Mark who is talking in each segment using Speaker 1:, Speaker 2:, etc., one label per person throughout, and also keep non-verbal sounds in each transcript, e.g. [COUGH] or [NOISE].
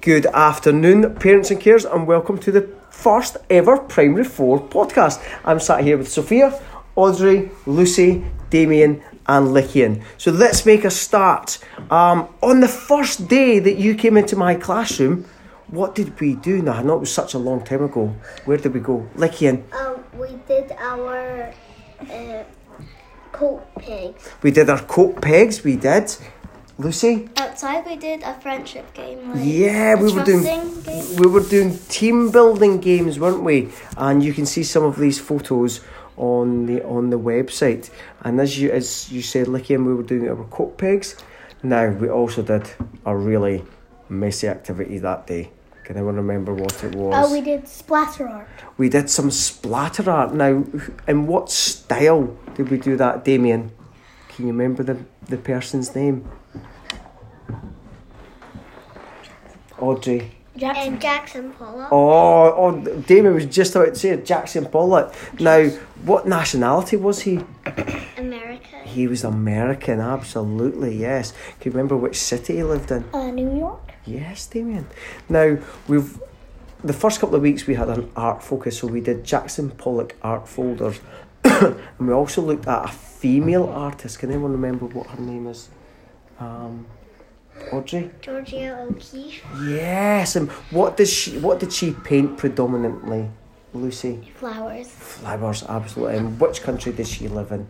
Speaker 1: Good afternoon, parents and carers, and welcome to the first ever Primary 4 podcast. I'm sat here with Sophia, Audrey, Lucy, Damien, and Lycian. So let's make a start. Um, on the first day that you came into my classroom, what did we do? Now, I know it was such a long time ago. Where did we go? Lycian,
Speaker 2: Um, we did our uh, coat pegs.
Speaker 1: we did our coat pegs, we did. Lucy?
Speaker 2: Outside, we did a friendship game. Like
Speaker 1: Yeah,
Speaker 2: a
Speaker 1: we were doing
Speaker 2: trusting game.
Speaker 1: we were doing team building games, weren't we? And you can see some of these photos on the on the website. And as you as you said, Licky and we were doing our coat pegs. Now we also did a really messy activity that day. Can anyone remember what it was?
Speaker 2: Oh, we did splatter art.
Speaker 1: we did some splatter art. Now, in what style did we do that, Damien? Can you remember the, the person's name? Audrey.
Speaker 2: Jackson. And Jackson Pollock.
Speaker 1: Oh, oh, Damien was just about to say it, Jackson Pollock. Now, what nationality was he?
Speaker 2: America.
Speaker 1: He was American, absolutely, yes. Can you remember which city he lived in?
Speaker 2: Uh, New York.
Speaker 1: Yes, Damien. Now we've the first couple of weeks we had an art focus, so we did Jackson Pollock art folders, [COUGHS] and we also looked at a female artist. Can anyone remember what her name is? Um, Audrey.
Speaker 2: Georgia O'Keeffe.
Speaker 1: Yes, and what does she? What did she paint predominantly, Lucy?
Speaker 2: Flowers.
Speaker 1: Flowers, absolutely. And which country did she live in?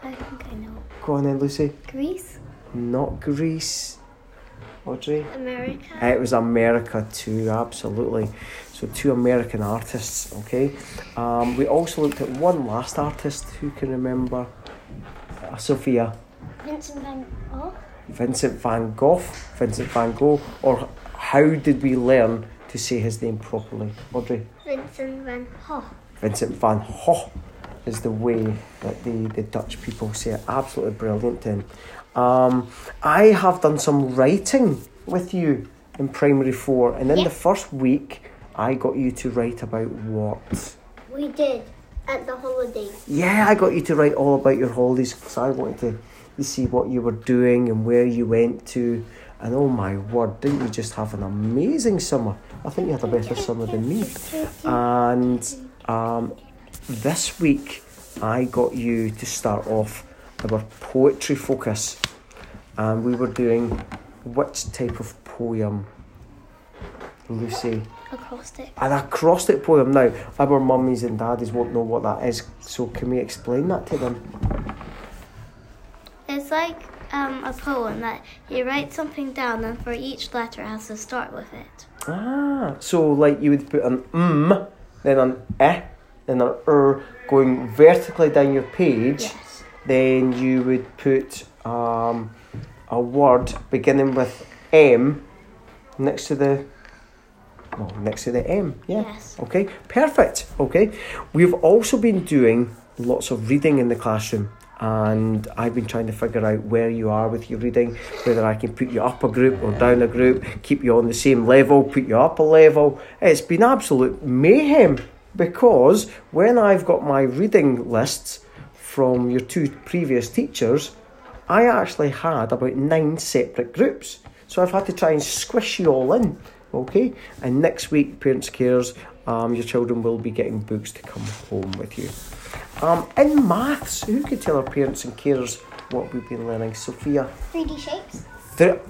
Speaker 2: I think I know.
Speaker 1: Go on then, Lucy.
Speaker 2: Greece.
Speaker 1: Not Greece. Audrey.
Speaker 2: America.
Speaker 1: It was America too, absolutely. So two American artists, okay. Um, we also looked at one last artist who can remember uh, Sophia,
Speaker 2: Vincent van Gogh.
Speaker 1: Vincent Van Gogh, Vincent Van Gogh, or how did we learn to say his name properly? Audrey,
Speaker 2: Vincent van Gogh.
Speaker 1: Vincent Van Gogh is the way that the, the Dutch people say it. Absolutely brilliant. Then, um, I have done some writing with you in primary four, and in
Speaker 2: Yeah.
Speaker 1: the first week, I got you to write about what.
Speaker 2: We did at the holidays.
Speaker 1: Yeah, I got you to write all about your holidays because I wanted to, to see what you were doing and where you went to. And oh my word, didn't you just have an amazing summer? I think you had a better summer than me. Uh, And um, this week, I got you to start off our poetry focus. And we were doing which type of poem, Lucy?
Speaker 2: Acrostic.
Speaker 1: an acrostic poem. Now, our mummies and daddies won't know what that is, so can we explain that to them?
Speaker 3: It's like um, a poem that you write something down, and for each letter it has to start with it.
Speaker 1: Ah, so like you would put an mm, then an eh, then an er, going vertically down your page.
Speaker 3: Yes.
Speaker 1: Then you would put um, a word beginning with m next to the. No, next to the M. Yeah.
Speaker 3: Yes.
Speaker 1: Okay. Perfect. Okay. We've also been doing lots of reading in the classroom, and I've been trying to figure out where you are with your reading, whether I can put you up a group or down a group, keep you on the same level, put you up a level. It's been absolute mayhem because when I've got my reading lists from your two previous teachers, I actually had about nine separate groups. So I've had to try and squish you all in, okay? And next week, Parents Cares, um, your children will be getting books to come home with you. Um, in maths, who could tell our parents and carers what we've been learning? Sophia.
Speaker 2: 3D shapes.
Speaker 1: There,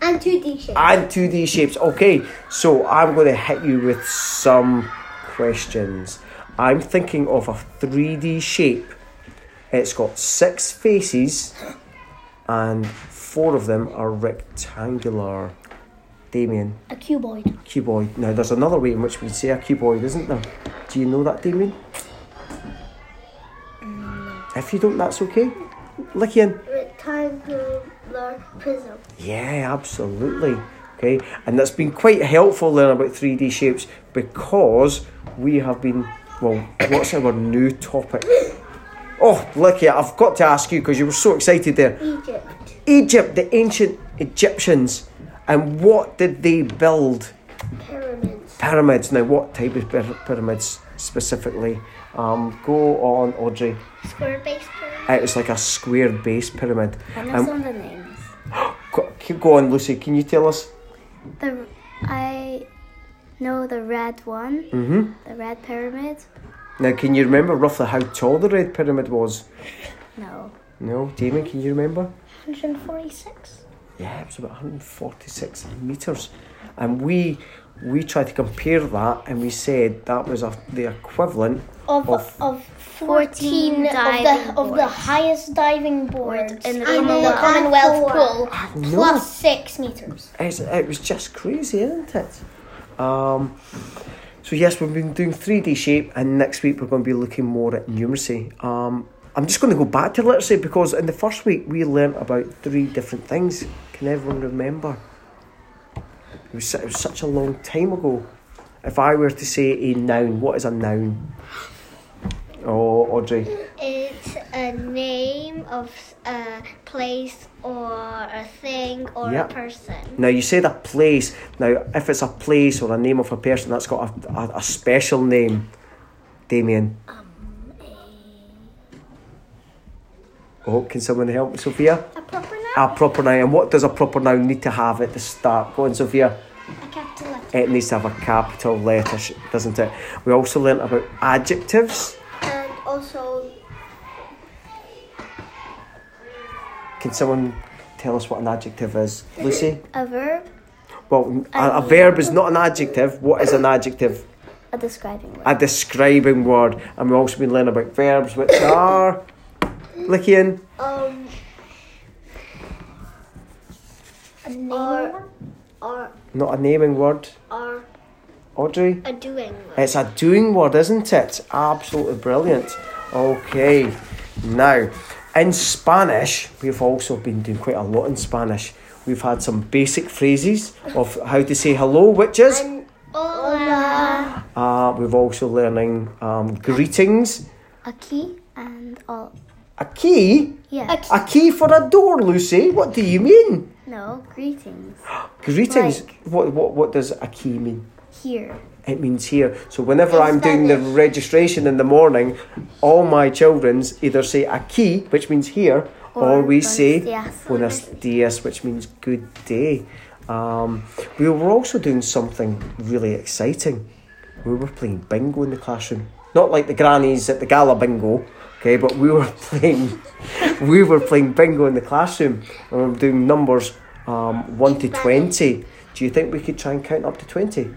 Speaker 2: And 2D shapes.
Speaker 1: and 2D shapes. Okay, so I'm going to hit you with some questions. I'm thinking of a 3D shape. It's got six faces, and four of them are rectangular. Damien,
Speaker 2: a cuboid.
Speaker 1: cuboid. Now, there's another way in which we say a cuboid, isn't there? Do you know that, Damien? If you don't, that's okay. Lycian.
Speaker 2: Rectangular prism.
Speaker 1: Yeah, absolutely. Okay, and that's been quite helpful learning about 3D shapes because we have been, well, what's our new topic? Oh, Licky, I've got to ask you because you were so excited there.
Speaker 2: Egypt.
Speaker 1: Egypt, the ancient Egyptians, and what did they build?
Speaker 2: Pyramids.
Speaker 1: Pyramids. Now, what type of pyra- pyramids specifically? Um, go on, Audrey.
Speaker 2: Square base pyramid.
Speaker 1: It was like a square base pyramid.
Speaker 3: I know
Speaker 1: Um,
Speaker 3: some of the names.
Speaker 1: Co- Keep- Go on, Lucy. Can you tell us?
Speaker 3: The I know the red one,
Speaker 1: hmm
Speaker 3: the red pyramid.
Speaker 1: Now, can you remember roughly how tall the Red Pyramid was?
Speaker 3: No,
Speaker 1: No, Damon, can you remember?
Speaker 2: 146.
Speaker 1: Yeah, it was about 146 meters, and we we tried to compare that, and we said that was a, the equivalent
Speaker 2: Of,
Speaker 1: Of-
Speaker 2: of, 14
Speaker 3: 14
Speaker 2: of the,
Speaker 3: diving
Speaker 2: of the
Speaker 3: boards.
Speaker 2: highest diving board
Speaker 3: in
Speaker 2: in
Speaker 3: the
Speaker 2: the
Speaker 3: Commonwealth.
Speaker 2: Commonwealth pool,
Speaker 1: know.
Speaker 2: plus 6 meters.
Speaker 1: It's, it was just crazy, isn't it? Um, so yes, we've been doing three D shape, and next week we're going to be looking more at numeracy. Um, I'm just going to go back to literacy because in the first week we learnt about three different things. Can everyone remember? It was, su- it was such a long time ago. If I were to say a noun, what is a noun? Oh, Audrey.
Speaker 2: It's a name of a place or a thing or
Speaker 1: a Yeah.
Speaker 2: person.
Speaker 1: Now you said a place. Now, if it's a place or a name of a person, that's got a, a, a special name, Damien. Oh, can someone help, Sophia?
Speaker 2: A proper
Speaker 1: A proper noun. And what does a proper noun need to have at the start? Go on, Sophia.
Speaker 2: A capital letter.
Speaker 1: It needs to have a capital letter, sh- doesn't it? We also learnt about adjectives.
Speaker 2: And also,
Speaker 1: Can someone tell us what an adjective is, Lucy?
Speaker 3: a verb,
Speaker 1: Well, a, a verb is not an adjective. What is an adjective?
Speaker 3: a describing word.
Speaker 1: a describing word, and we've also been learning about verbs, which are licking.
Speaker 2: um, a name or, or,
Speaker 1: Not a naming word,
Speaker 2: or
Speaker 1: Audrey.
Speaker 2: a doing word.
Speaker 1: It's a doing word, isn't it? Absolutely brilliant. Okay, now in Spanish, we've also been doing quite a lot in Spanish. We've had some basic phrases of how to say hello, which is.
Speaker 2: Hola.
Speaker 1: Uh, we've also learning um, greetings.
Speaker 3: A key and all.
Speaker 1: A key?
Speaker 3: Yeah.
Speaker 1: A key for a door, Lucy? What do you mean?
Speaker 3: No greetings.
Speaker 1: Greetings.
Speaker 3: Like-
Speaker 1: What, what what does a key mean?
Speaker 3: Here.
Speaker 1: It means here. So whenever
Speaker 2: In
Speaker 1: I'm doing the
Speaker 2: Spanish.
Speaker 1: registration in the morning, all my children's either say a key, which means here, or,
Speaker 3: Or
Speaker 1: we
Speaker 3: buenos
Speaker 1: say
Speaker 3: dias.
Speaker 1: buenos dias, which means good day. Um, we were also doing something really exciting. We were playing bingo in the classroom. Not like the grannies at the gala bingo, okay, but we were [LAUGHS] playing we were playing bingo in the classroom and we were doing numbers um, one to twenty. Do you think we could try and count up to twenty?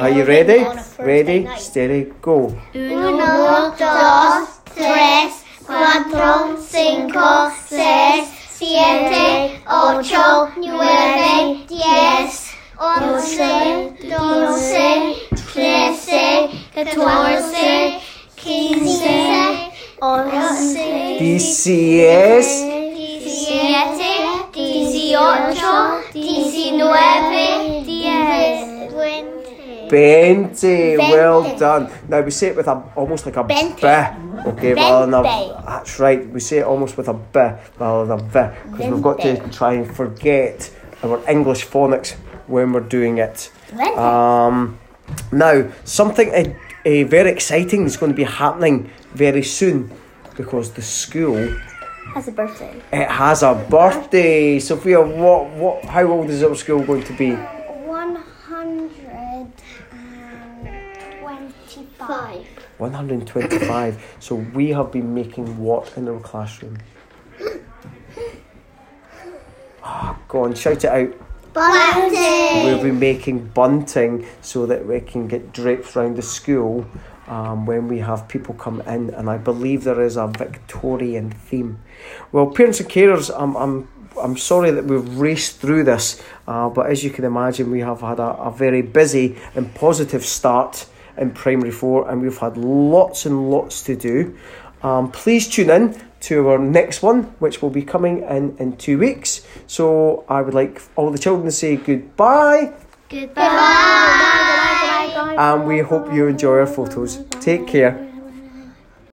Speaker 1: Are you ready? Ready? Steady, go.
Speaker 2: Uno, dos, tres, cuatro, cinco, seis, siete, ocho, nueve, diez, once, doce, trece, catorce, quince, once,
Speaker 1: DCS.
Speaker 2: diecisiete, dieciocho, diecinueve, diez, veinte.
Speaker 1: 20. Well
Speaker 2: Veinte.
Speaker 1: done. Now we say it with a almost like a b.
Speaker 2: Veinte.
Speaker 1: Okay, rather than a,
Speaker 2: Veinte.
Speaker 1: that's right. We say it almost with a b rather than v because we've got to
Speaker 2: Veinte.
Speaker 1: try and forget our English phonics when we're doing it. Um, now something uh, uh, very exciting is going to be happening very soon because the school
Speaker 3: Has a birthday.
Speaker 1: It has a birthday, Sophia. What? What? How old is our school going to be?
Speaker 2: 125.
Speaker 1: One hundred and twenty-five. so we have been making what in our classroom? Ah, go on, shout it out. We'll be making bunting so that we can get drapes round the school um, when we have people come in, and I believe there is a Victorian theme. Well, parents and carers, I'm, I'm, I'm sorry that we've raced through this, uh, but as you can imagine, we have had a, a very busy and positive start in primary four, and we've had lots and lots to do. Um, please tune in to our next one, which will be coming in in two weeks. So I would like all the children to say goodbye,
Speaker 3: Goodbye.
Speaker 1: and we hope you enjoy our photos. Take care.